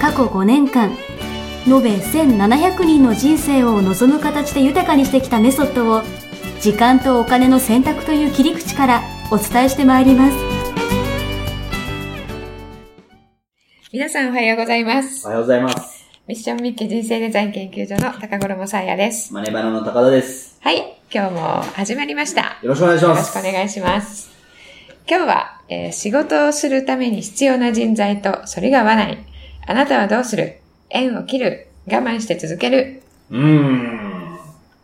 過去5年間延べ1700人の人生を望む形で豊かにしてきたメソッドを時間とお金の選択という切り口からお伝えしてまいります皆さんおはようございますお。はようございます。ミッションミッケ人生デザイン研究所の高頃もさやです。マネバナの高田です。はい、今日も始まりました。よろしくお願いしよまろしす。くお願いします。今日は、えー仕事をするために必要な人材とそれが合わない。あなたはどうする縁を切る我慢して続けるう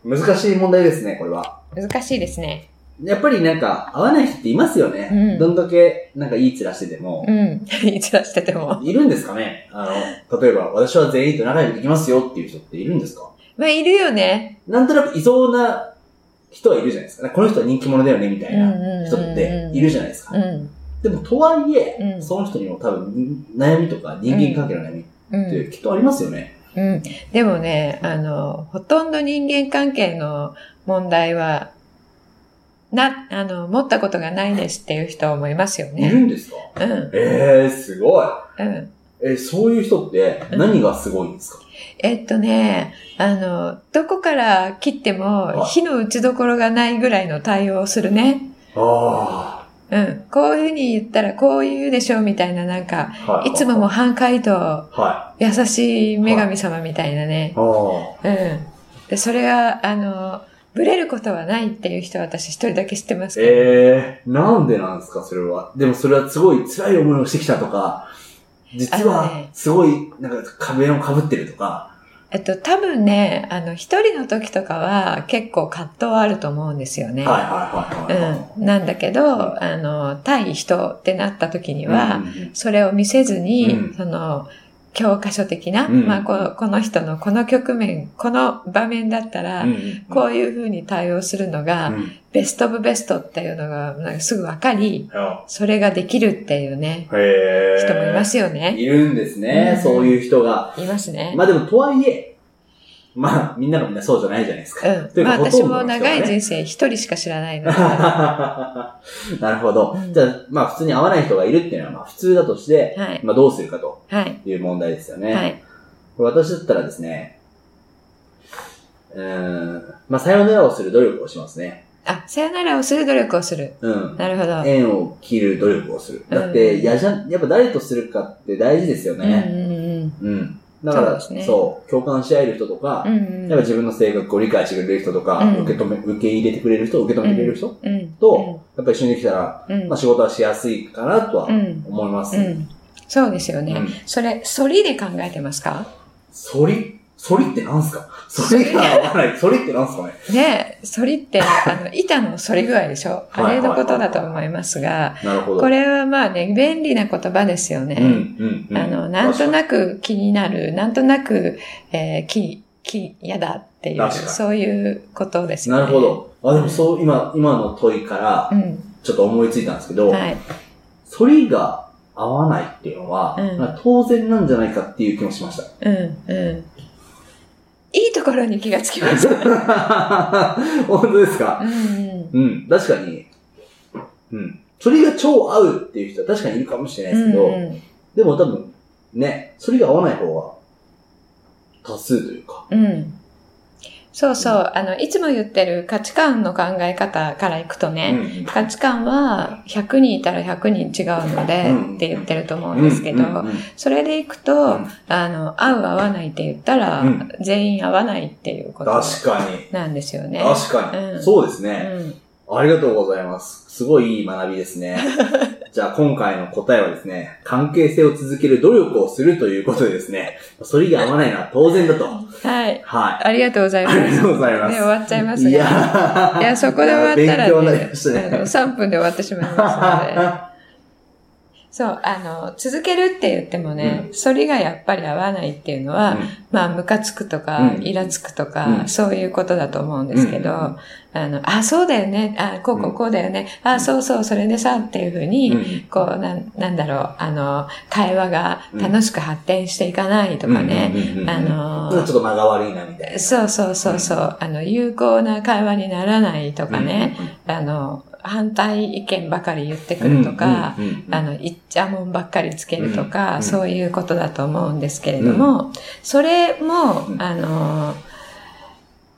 ーん。難しい問題ですね、これは。難しいですね。やっぱりなんか、合わない人っていますよね。うんどんだけ、なんかいい面しててもう。ん。 一度してても。いるんですかねあの、例えば、私は全員と仲良くできますよっていう人っているんですかまあ、いるよね。なんとなくいそうな人はいるじゃないですか。この人は人気者だよね、みたいな人っているじゃないですうか。ん。でも、とはいえ、うんその人にも多分、悩みとか人間関係の悩みうっん。てきっとありますよね。うん。でもね、あの、ほとんど人間関係の問題は、な、あの、持ったことがないですっていう人もいますよいるね。んですかうん、ええー、すごい。うん。え、そういう人って何がすごいんですか、えっとね、あの、どこから切ってもはい火の打ちどころがないぐらいの対応をするね。あうん。こういうふうに言ったらこう言うでしょうみたいな、なんか、あ。はいつも模範解答、は優しい女神様みたいなねい。。あうん。で、それは、あの、ブレることはないっていう人は私一人だけ知ってまえすけど。えー、なんでなんですかそれは。でもそれはすごい辛い思いをしてきたとか、実あのねはすごいなんか壁をかぶってるとか。えっと、多分ね、あの、一人の時とかは結構葛藤はあると思うんですよね。はいはいはいはうん。なんだけど、あの、対人ってなった時い。には、うんそれを見せずに、うんその、教科書的な、うんまあこ、この人のこの局面、この場面だったら、うんうんこういうふうに対応するのが、うんベストオブベストっていうのがなんかすぐわかり、それができるっていうね、へえ。人もいますよね。いるんですね、うんそういう人が。いますね。まあでもとはいえ、まあみんながみんなそうじゃないじゃないですか。うといん。うかまあほと私んどのも人がね長い人生一人しか知らない ので。はなるほどうん。じゃあ、まあ普通に合わない人がいるっていうのはまあ普通だとして、い。まあどうするかとはい。いう問題ですよね。はい。これ私だったらですね、うーん、まあさよならをする努力をしますね。あ、さよならをする努力をする。うん。なるほど。縁を切る努力をする。だっうんて、やじゃ、やっぱ誰とするかって大事ですようんね。うんうん。だから、そそうう,、ですね共感し合える人とか、うん。うんやっぱ自分の性格を理解してくれる人とか、うん受け止め、受け入れてくれる人、受け止めてくれる人、うん。と、やっぱ一緒にできたら、うん、うんまあ、仕事はしやすいかなとはうん。思います。ううんん。そうですよね。それ、反りで考えてますか反り反りってなんすか反りが合わ ない。反りってなんすかねね反りって、あの、板の反り具合でしょあれのことだと思いますが、なるほど。これはまあね、便利な言葉ですようん、ね。うん、うん。あの、なんとく。なく気になる、なんとなく、えー、気、気、嫌だっていう、確かにそういうことですよね。なるほ。ど。あ、でもそう、今、今の問いかう、らん。ちょっと思いついたんですけど、はい。反りが合わないっていうのは、うんまあ当然なんじゃないかっていう気もしました。 うん、うん。いいところに気がつきま した。本当ですかうんうん、うん、確かに。うん。反りが超合うっていう人は確かにいるかもしれないですけど、うんでも多分、ね、それが合わない方が、多数というか。うん、うん。そうそう。あの、いつも言ってる価値観の考え方からいくとね、ん価値観は100人いたら100人違うのでうんって言ってると思うんですけど、うんうんうんそれでいくと、うんあの、合う合わないって言ったら、うん全員合わないっていうこと確かに。なんですよね。確かに、うんそうですね、うんありがとうございます。すごいいい学びですね。 じゃあ今回の答えはですね、関係性を続ける努力をするということでですね、それが合わないのは当然だと。はい。はい。ありがとうございまあす。りがとうございね、ます。終わっちゃいますね。いやーいや、そこで終わったら、勉強になりねましたあのね。 3分で終わってしまいますので。そう、あの、続けるって言ってもね、反りがやっぱり合わないっていうのは、まあ、ムカつくとか、うんイラつくとか、うんそういうことだと思うんですけど、うんあの、あ、そうだよね、あ、こうこうこうだよね、あ、そうそう、それでさ、っていうふうに、うんこう、なん、なんだろう、あの、会話が楽しく発展していかないとかね、うんうんうんうんあのちょっと間が悪いな、みたいな。そうそうそうそう、あの、有効な会話にならないとかね、うんうんあの、反対意見ばかり言ってくるとか、うんうんうんうんあの、いっちゃもんばっかりつけるとうんか、うんそういうことだと思うんですけれども、それも、うんあの、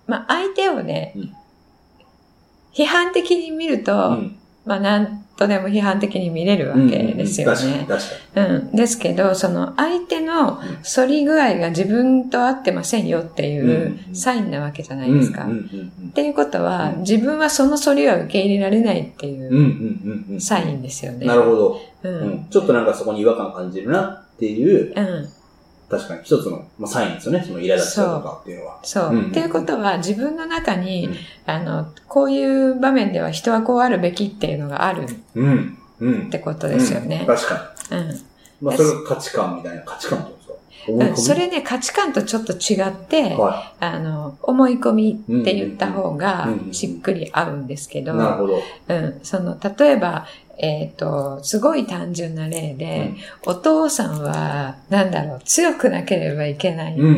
まあ、相手をね、うん批判的に見ると、うんまあ、なんとでも批判的に見れるわうんうんけですよね。確かに、確かうん。ですけど、その相手の反り具合が自分と合ってませんよっていううんサインなわけじゃなに。いですか。うんうっんうんていうことは、うん自分はその反りは受け入れられないってうん。いうんううんうんうんサインですよね。なるほど、ど。ううんん。。ちょっとなんかそこに違和感感じるなっていう、うん。確かに一つの、まあ、サインですよね。その苛立ちだとかっていうのは。そう。うんっていうことは、自分の中に、うんあの、こういう場面では人はこうあるべきっていうのがあるっうん。うん。てことですよねうん。確かうん。に。まあ、それが価値観みたいな価値観ってことうでんすそか思い込みれね、価値観とちょっと違って、はあの、思い込みって言った方がうんうんうんしっくり合うんですけい。ど、なるほど。うん、その、例えば、えっ、と、すごい単純な例で、お父さんは、なんだろう、強くなければいけないうん。うん。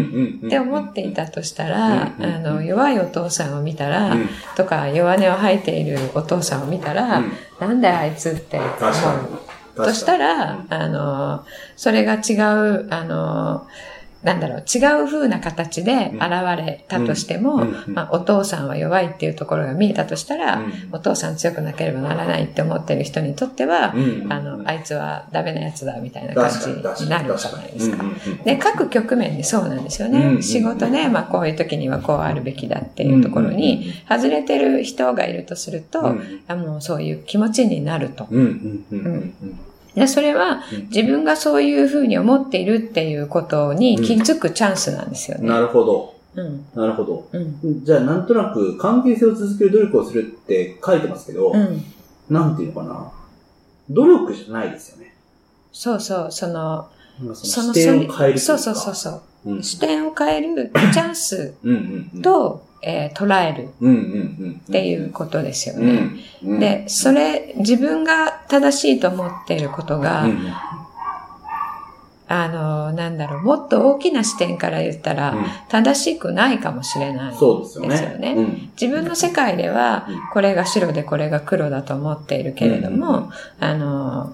うんって思ってい。たとしたら、うんうんうんあの、弱いお父さんを見たら、うん。とか、弱音を吐いているお父さんを見たら、うんなんだよあいつって思う。確かに。確かとにしたら、うんあの、それが違う、あの、なんだろう、違う風な形で現れたとしても、うんうんまあ、お父さんは弱いっていうところが見えたとしたら、うんお父さん強くなければならないって思ってる人にとっては、うんあの、あいつはダメなやつだみたいな感確じかにに、確なかに。るじゃ確かないに。ですか。うんうんで、各局面にそうなんですよね。うんうん仕事で、まあ、こういう時にはこうあるべきだっていうところうんうんに、外れてる人がいるとすると、うんあもうそういう気持ちになると。うんうんうんうんで、それはうん自分がそういうふうに思っているっていうことに気づくチャンスなんですようんなね。るほど。うん。なるほど。うん。じゃあ、なんとなく、関係性を続ける努力をするって書いてますけど、うん。なんていうのかな。努力じゃないですよね。そうそう、その、なんかそそのの視点を変えるというか。そうそうそうそう。うん。視点を変えるチャンスうんうんうん。と、えー捉えるっうんうんうん。ていうことですようんうね。んうん。で、それ、自分が正しいと思っていることうんが、うん、あの、なんだろう、もっと大きな視点から言ったら、正しくないかもしれない。そうですよね。ですよねうん自分の世界ではうん、これが白でこれが黒だと思っているけれども、うんあの、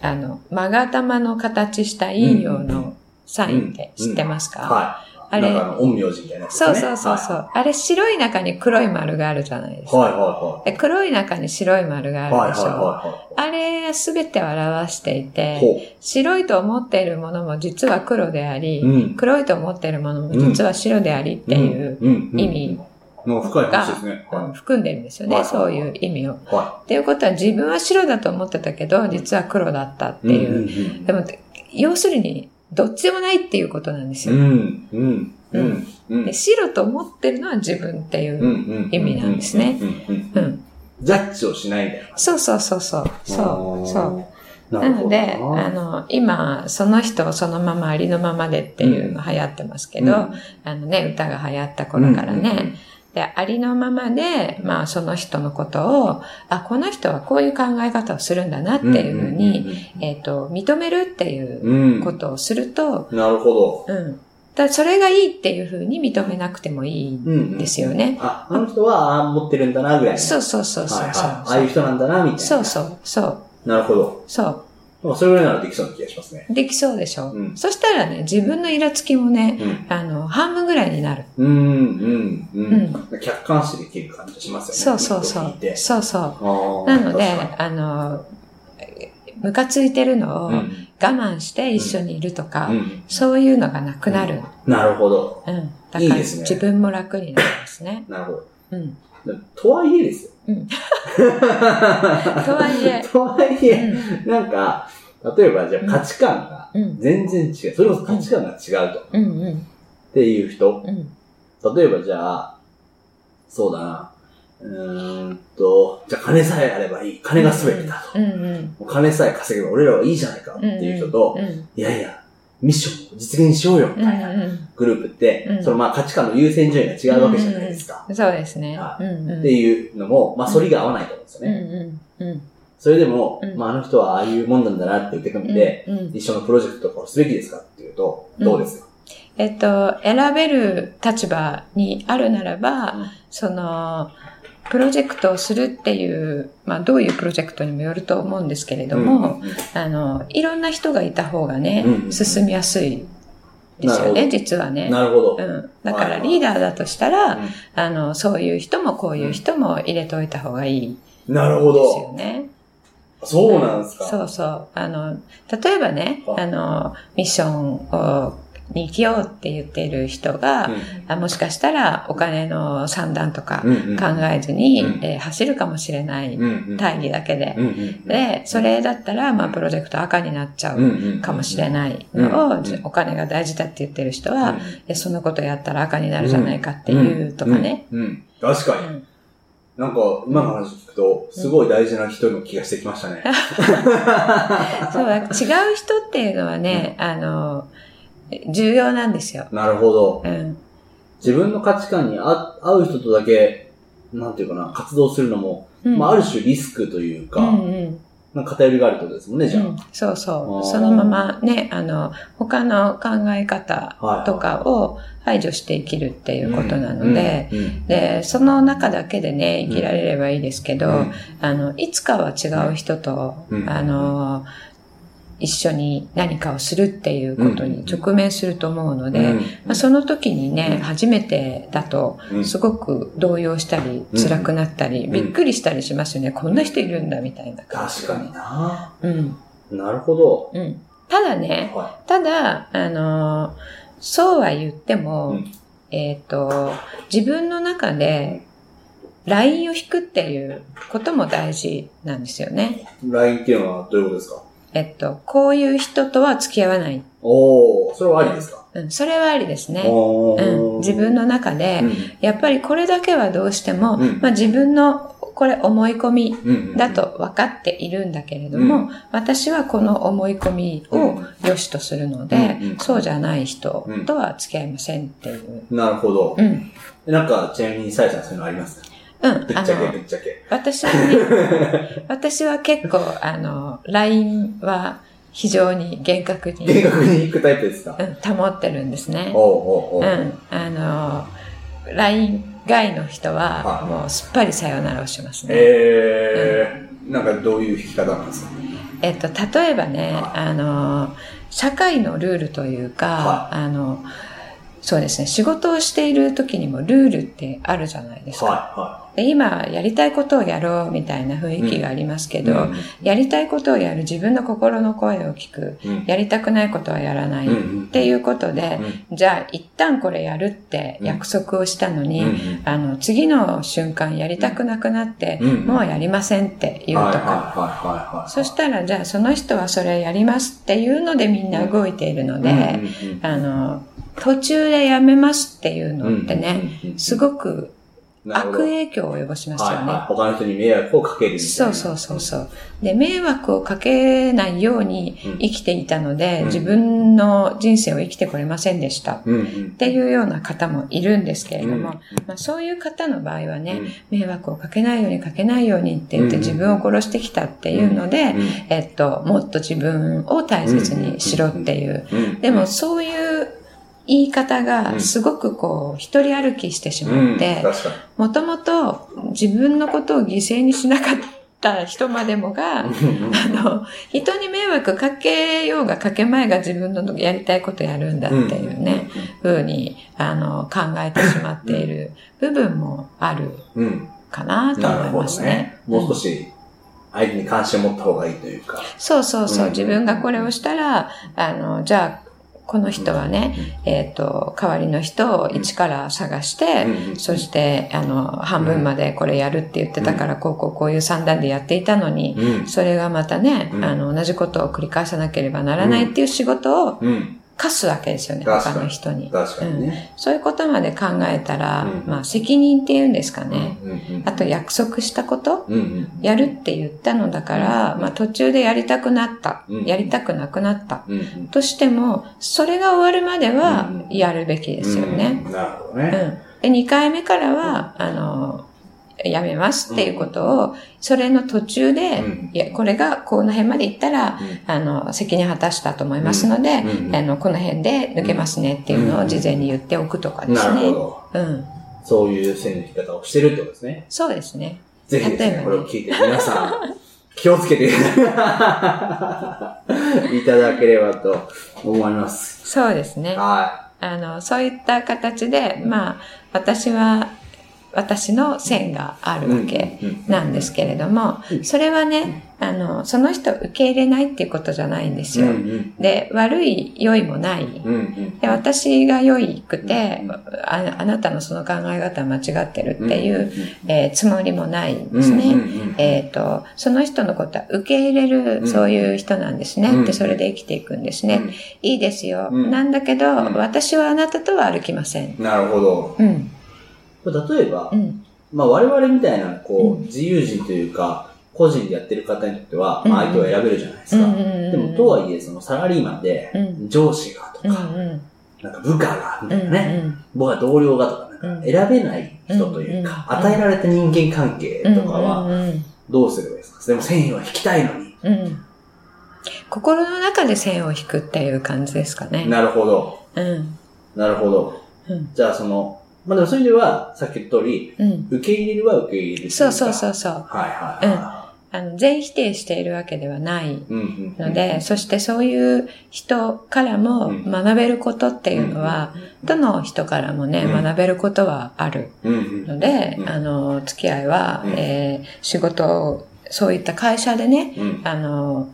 あの、まがたまの形した陰陽うんのサインって知ってますか、はい。あれなんかの、陰陽師みたいなやつでそすうね。そうそうそう、あれ白い中に黒い丸があるじゃないですか。はいはで黒い中に白い丸がいはあい。はいるでしょ。はあれすべてを表していいはい。て、ほ白いと思っているものも実は黒であり、う。うん。黒いと思っているものも実は白でありっていう、うん意味。うんの深い話ですね。うんは含んでるんですよね、はいそういう意味を。い。はっていうことは自分は白だと思ってたけど、実は黒だったってい。いう。うんでも、要するに、どっちでもないっていうことなんですうよ。ん。うん。うん。うん。で白と思ってるのは自分っていう。ううん。ん。意味なんですねうん。うん。ジャッジをしないみたいな。そうそうそうそう。そう。そう。う。ななるほのど。で、あの、今、その人をそのままありのままでっていうの流行ってますけど、あのね、歌が流行った頃からね、うんうんうんで、ありのままで、まあ、その人のことを、あ、この人はこういう考え方をするんだなっていうふうに、えっ、と、認めるっていううん。こうとをすると、ん。なるほど。うん。だそれがいいっていうふうに認めなくてもいいんうん。ですよ。ね。あ、あの人は、ああ、持ってるんだな、ぐらいの。そうそうそうはいそはうい。そう。ああいう人なんだな、みたいな。そうそうそう。なるほど。そまあ、それぐらいならできそうな気がしますね。う。できそうでしょ、うんそしたらね、自分のイラつきもね、うん。あの、半分ぐらいになる。うん、うん、ううん。客観視できる感じしますよね。そうそうそ聞いうて。。そうそう。ななので、あの、ムカついてるのをう我ん、慢して一緒にいるとか、うんそういうのがなくなる。なるほど。うん。だからいいですね自分も楽になりますね。なるほうん。ど。とはいえですよ。 うんとはいえはいえ、なんか、例えばじゃあ価値観がうん。うん。全然違う。それこそ価値観が違うと。っうん。うん。ていう人。うん。例えばじゃあ、そうだな。うーんと、じゃあ金さえあればいい。金が全てだと。うんうん。もう金さえ稼げば俺らはいいじゃないかっていう人と、うんうんいやいや、ミッションを実現しようよみたいなグループって、うんそのまあ価値観の優先順位が違うわけじゃないですか。うんそうですね。はうんうんっていうのも、まあ、反りが合わないと思うんですうよんね。うんうん。それでも、うんまあ、あの人はああいうもんなんだなって言ってくんで、うんうん一緒のプロジェクトとかをすべきですかっていうと、どうですか、えっと、選べる立場にあるならば、うんその、プロジェクトをするっていう、まあ、どういうプロジェクトにもよると思うんですけれども、あの、いろんな人がいた方がね、うんうんうん進みやすいですよなるね、ほど実はね。なるほど。うん、だかはらいはいリーダーだとしたら、うんあの、そういう人もこういう人も入れておいた方がいいなるほですよど。ね。そうなんですか。そうそう。あの、例えばね、ああの、ミッションを、に生きようって言っている人が、あもしかしたらお金の算段とかうんうんうん考えずに、うんえー走るかもしれないうんうん大義だけでう。んうんで、それだったら、まあ、プロジェクト赤になっちゃうんううんかもしれないのを、うんうんお金が大事だって言ってる人うんは、えそのことやったら赤になるじゃないかっていうとかね。。うんうんうん確かうに。んなんか、今の話聞くと、すごい大事な人の気がしてきました ね。そうだ違う人っていうのはね、あの、重要なんですよ。なるほど。うん。自分の価値観に合合う人とだけ、なんていうかな、活動するのも、うんまあ、ある種リスクというか、うんうんなんか偏りがあるってことですもんね、じゃあ。うんそうそあーう。そのままね、あの、他の考え方はいとかを排除して生きるっていうことなので、うん、うんで、その中だけでね、生きられればいいですけど、うんあの、いつかは違う人と、うんあの、一緒に何かをするっていうことに直面すると思うので、うんまあ、その時にね、うん初めてだと、うんすごく動揺したり、うん辛くなったり、うんびっくりしたりしますよね。こんな人いるんだ、みたいな感じ確かになうん。なるほど。うん。ただね、はただ、あのーそうは言っても、うんえっ、と、自分の中で、ラインを引くっていうことも大事なんですよね。い。LINE っていうのはどういうことですかえっと、こういう人とは付き合わない。おー、それはありですか、うん、それはありですね。おうーん、自分の中で、やっぱりこれだけはどうしても、うんまあ、自分のこれ思い込みだ、うんと分かっているんだけれども、私はこの思い込みを良しとするので、うんうんそうじゃない人とは付き合いませんっていう。うんなるほどう。ん。なんか、ちなみに、さやちゃんそういうのありますうん。ぶっちあゃけ、のぶ、っちゃけ。私 に、私は結構、あの、LINE は非常に厳格に、厳格に行くタイプですかうん、保ってるんですね。おーうおーおーん。あの、LINE 外の人はは、いもうすっぱりさよならをしますね。えー、なんかどういう弾き方なんですかえっと、例えばね、はあの、社会のルールというか、はあの、そうですね、仕事をしている時にもルールってあるじゃないですか。はで今、やりたいことをやろうみたいな雰囲気がありますけいはい。ど、やりたいことをやる自分の心の声を聞く、うんやりたくないことはやらない、うんうんっていうことで、うんじゃあ一旦これやるって約束をしたのに、うんうんあの、次の瞬間やりたくなくなって、うんもうやりませんって言うはいとはいはいか、はいはい。そしたら、じゃあその人はそれやりますっていうのでみんな動いているので、うんうんあの、途中でやめますっていうのってね、、すいごく悪影影響を及ぼしますよはいはいね。他の人に迷惑をかけるみたいな。そうそうそうそう。で、迷惑をかけないようにうん生きていたので、うん自分の人生を生きてこれませんでしたっうんうん。ていうような方もいるんですけれども、うんまあ、そういう方の場合はうね、ん迷惑をかけないようにかけないようにって言ってうん自分を殺してきたっていうので、えっと、もっと自分を大切にしろっていう。うんうんでも、そういう言い方うんがすごくこう、一人歩きしてしうまっん、て、確かに。もともと自分のことを犠牲にしなかった人までもが、あの、人に迷惑かけようがかけまいが自分のやりたいことやるんだっていうね、ふうに、あの、考えてしまっている部分もあるうん。うん。かなとな思るいほまどすねね。。もう少し、相手に関心を持った方がいいというか。そうそうそうう、ん自分がこれをしたら、あの、じゃあ、この人はね、えっ、と、代わりの人を一から探して、うんそして、あの、半分までこれやるって言ってたから、こうこうこういう算段でやっていたのに、うん。それがまたね、うんあの、同じことを繰り返さなければならないっていう仕事をうん。課すわけですよね、確か他にの人に。確かにね。そういうことまで考えたら、うんまあ責任っていうんですかね。うんうんあと約束したことうんうんやるって言ったのだから、まあ途中でやりたくなった、うんやりたくなくなった。うんうんとしても、それが終わるまではうんやるべきですよね。うんなるほどうん。ね。で、2回目からは、あの、やめますっていうことを、それの途中で、うんいや、これがこの辺まで行ったら、うんあの、責任果たしたと思いますので、うんうんあの、この辺で抜けますねっていうのを事前に言っておくとかでなするほね。ど。うん。そういう線の引き方をしてるってことですね。そうですね。ぜひです例えばね、ねこれを聞いて皆さん、 気をつけていただければと思います。そうですね。はあの、そういった形で、まあ、私は、私の線があい。るわけなんですけれども、それはね、あの、その人を受け入れないっていうことじゃないんですうんよ。うんで、悪い、良いもない。うんうんで私が良いくてうんあ、あなたのその考え方は間違ってるっていう、うえーつもりもないんんですね。うんうんうんえっ、と、その人のことは受け入れる、うんそういう人なんですね。うんで、それで生きていくんですね。いいですよ。うんなんだけど、うん私はあなたとは歩きません。なるほど。うん。例えばう、ん。まあ我々みたいな、こうう、ん自由人というか、個人でやってる方にとっては、うんまあ相手を選べるじゃないですうんうか。んうん。でも、とはいえ、そのサラリーマンでう、ん上司がとうんか、なんか部下が、みう。たいなんね、僕は同僚がとか、うん選べない人というか、うん与えられた人間関係とかは、うんどうすればいいですかでも、繊維は引きたいのに。うんうんうん。心の中で線を引くっていう感じですかね。なるほど。うん。なるほど。うん。じゃあ、その、まあでもそういう意味では、さっき言った通り、うん。受け入れるは受け入れる。。そうそうそううそう。はいはいはあの、全否定しているわけではないい。うんうんうんので、そしてそういう人からもうん学べることっていうのは、どの人からもね、うん学べることはあるうんうん。ので、うんあの、付き合いは、うんえー仕事を、そういった会社でね、うん。あの、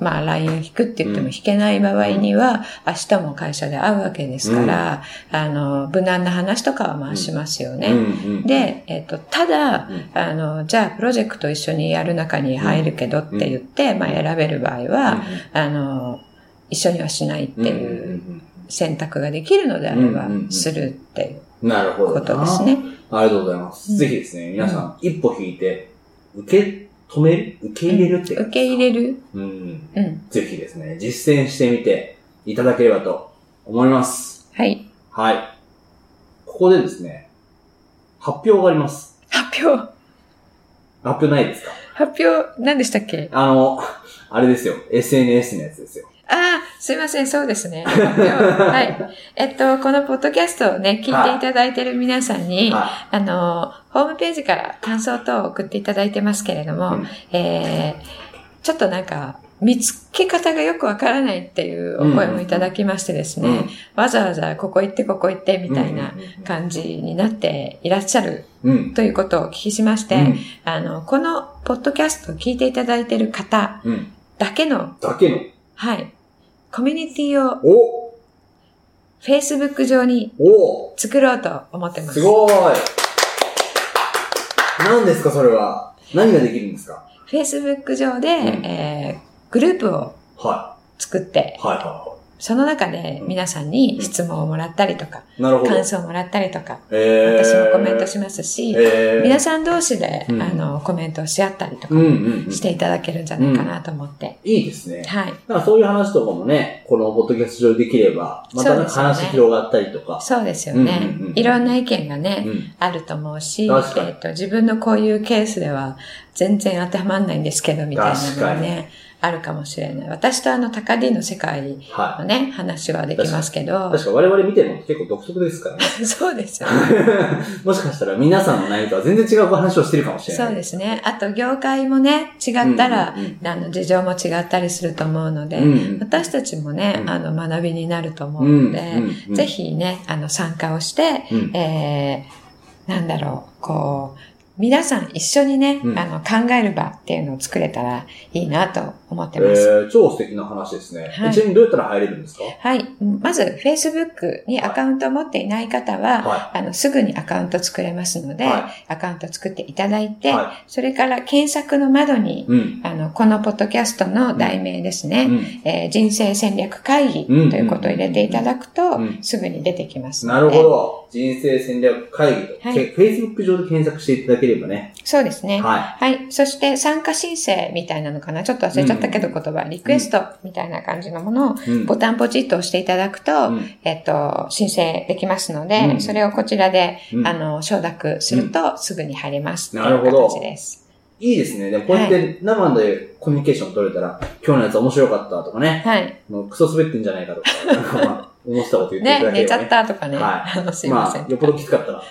まあ、ラインを引くって言っても引けない場合には、明日も会社で会うわけですから、あの、無難な話とかはまあしますよね。うんうん、で、えっ、と、ただ、うんあの、じゃあ、プロジェクト一緒にやる中に入るけどって言って、まあ、選べる場合は、あの、一緒にはしないってうんうんいう選択ができるのであればうんうんうん、するってうんなるほいうどことな。ですね。ありがとうございます。うんぜひですね、皆さん、一歩引いて、受け止める受け入れるって、受け入れる。るうん。うん。ぜひですね、実践してみていただければと思います。はい。はい。ここでですね、発表があります。発表、発表ないですか発表、何でしたっけあの、あれですよ。SNS のやつですよ。ああ、すいません、そうですね。発表はい。えっと、このポッドキャストをね、聞いていただいている皆さんに、はあの、ホームページから感想等を送っていただいてますけれども、うんえーちょっとなんか、見つけ方がよくわからないっていうお声もいただきましてですい。ね、わざわざここ行ってここ行ってみたいな感感じになっていらっしゃるじ。うん。ということをお聞きしまして、うんあの、このポッドキャストを聞いていただいている方うん。だけの、だけの。はい、コミュニティをお Facebook 上にお作ろうと思ってます。すごーい。何ですか、それは。何ができるんですか Facebook 上で、うんえーグループをは作ってい。、はい、はいはその中でうん皆さんに質問をもらったりとか、い。なるほど。感想をもらったりとか、えー、私もコメントしますし、えー、皆さん同士で、うんあの、コメントをし合ったりとかうんうん、うん。していただけるんじゃないかなと思って。いいですね。はい。だからそういう話とかもね、このポッドキャスト上できれば、またなんかそうです話よね広がったりとか。そうですよねうんうんう。んいろんな意見がうね、ん。あると思うし、え確かにっと、自分のこういうケースでは全然当てはまんないんですけど、みたいなのがね、あるかもしれない。私とあの、高 D の世界はのね、話はできますけい。ど確、か我々見てるの結構独特です からね。そうですよね。もしかしたら皆さんの内容とは全然違うお話をしてるかもしれない。そうですね。あと、業界もね、違ったらうんうん、あの、事情も違ったりすると思うので、うん私たちもね、うんあの、学びになると思う。うんうんので、うんぜ。ひね、あの、参加をして、うんえー、なんだろう、こう、皆さん一緒にね、うんあの、考える場っていうのを作れたらいいなと思ってえます。ー、超素敵な話ですね。はいちなみにどうやったら入れるんですかはい。まず、Facebook にアカウントを持っていない方は、はあの、すぐにアカウント作れますのい。で、はアカウント作っていただいい。て、はそれから検索の窓にい。、うん。あの、このポッドキャストの題名ですね、うん。えー人生戦略会議とうんいうことを入れていただくと、うんすぐに出てきますのなで。るほど。人生戦略会議と、はいけ Facebook 上で検索していただければね。そうですね。ははい。そして参加申請みたいなのかな。ちょっと忘れちゃったけど言葉、リクエストみたいな感じのものをい。うん。ボタンポチッと押していただくと、うんえっと、申請できますので、うんそれをこちらで、うんあの、承諾するとすぐに入れます。うんというなるほど形です。いいですね。でもこうやって生でコミュニケーション取れたら、今日のやつ面白かったとかね、はい。もうクソ滑ってんじゃないかとか、 なんかまあ、思ってたこと言っていね ただ、け寝れちばゃね。ったとかね。はあの、すいまません。あ、よっぽどきつかったら、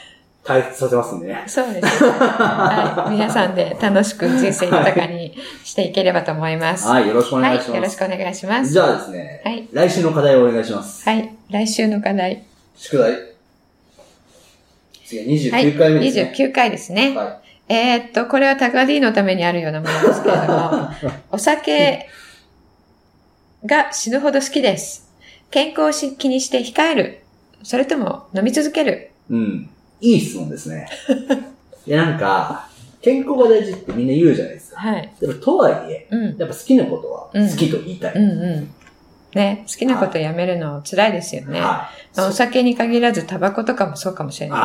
退出させますんでね。そうですね。はい。皆さんで楽しく人生豊かにしていければと思います。はい、よろしくお願いしはい。よまろす。しくお願いします。じゃあですね、はい。来週の課題をお願いします。はい。来週の課題。宿題。次はは29い。回目ですね。 29回ですね。はえーっと、これはタガディのためにあるようなものですけれど も、お酒が死ぬほど好きです。健康をし気にして控える。それとも飲み続ける。い。うん。いい質問で すね。いや、なんか、健康が大事ってみんな言うじゃないですか。はい。でも、とはいえ、うん。やっぱ好きなことは好きと言いたい。うんうん。ね、好きなことをやめるの辛いですよね。はい。お酒に限らずタバコとかもそうかもしれあな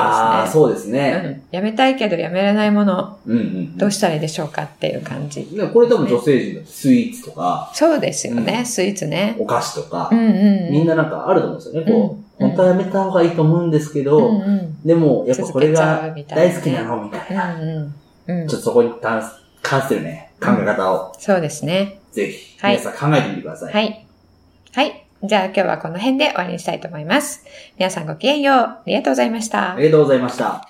いあ、ですね。そうですね。うん。やめたいけどやめれないもの、うんうん。どうしたらいいでしょうかっていう感じ。でもこれ多分女性陣だってスイーツとか、そうですよね、うんスイーツね。お菓子とかう、んうん。みんななんかあると思うんですよね。こう、うん本当はやめた方がいいと思うんですけうんど、うん。でもやっぱこれ続けがちゃうみたいなね大好きなのみたいうんな。うん。うんちょっとそこに関す関するね、考え方をそうですね。ぜひはい皆さん考えてみてください。はい。はい。じゃあ今日はこの辺で終わりにしたいと思います。皆さんごきげんよう。ありがとうございましたあ。りがとうございました。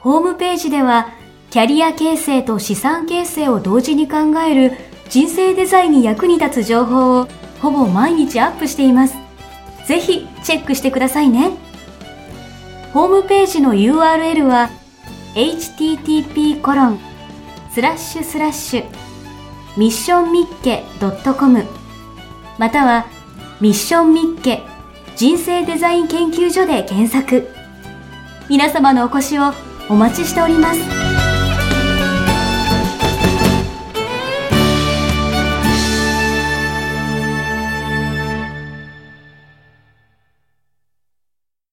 ホームページでは、キャリア形成と資産形成を同時に考える人生デザインに役に立つ情報をほぼ毎日アップしています。ぜひチェックしてくださいね。ホームページの URL は http コロンスラッシュスラッシュミッションミッケ .com またはミッションミッケ人生デザイン研究所で検索。皆様のお越しをお待ちしております。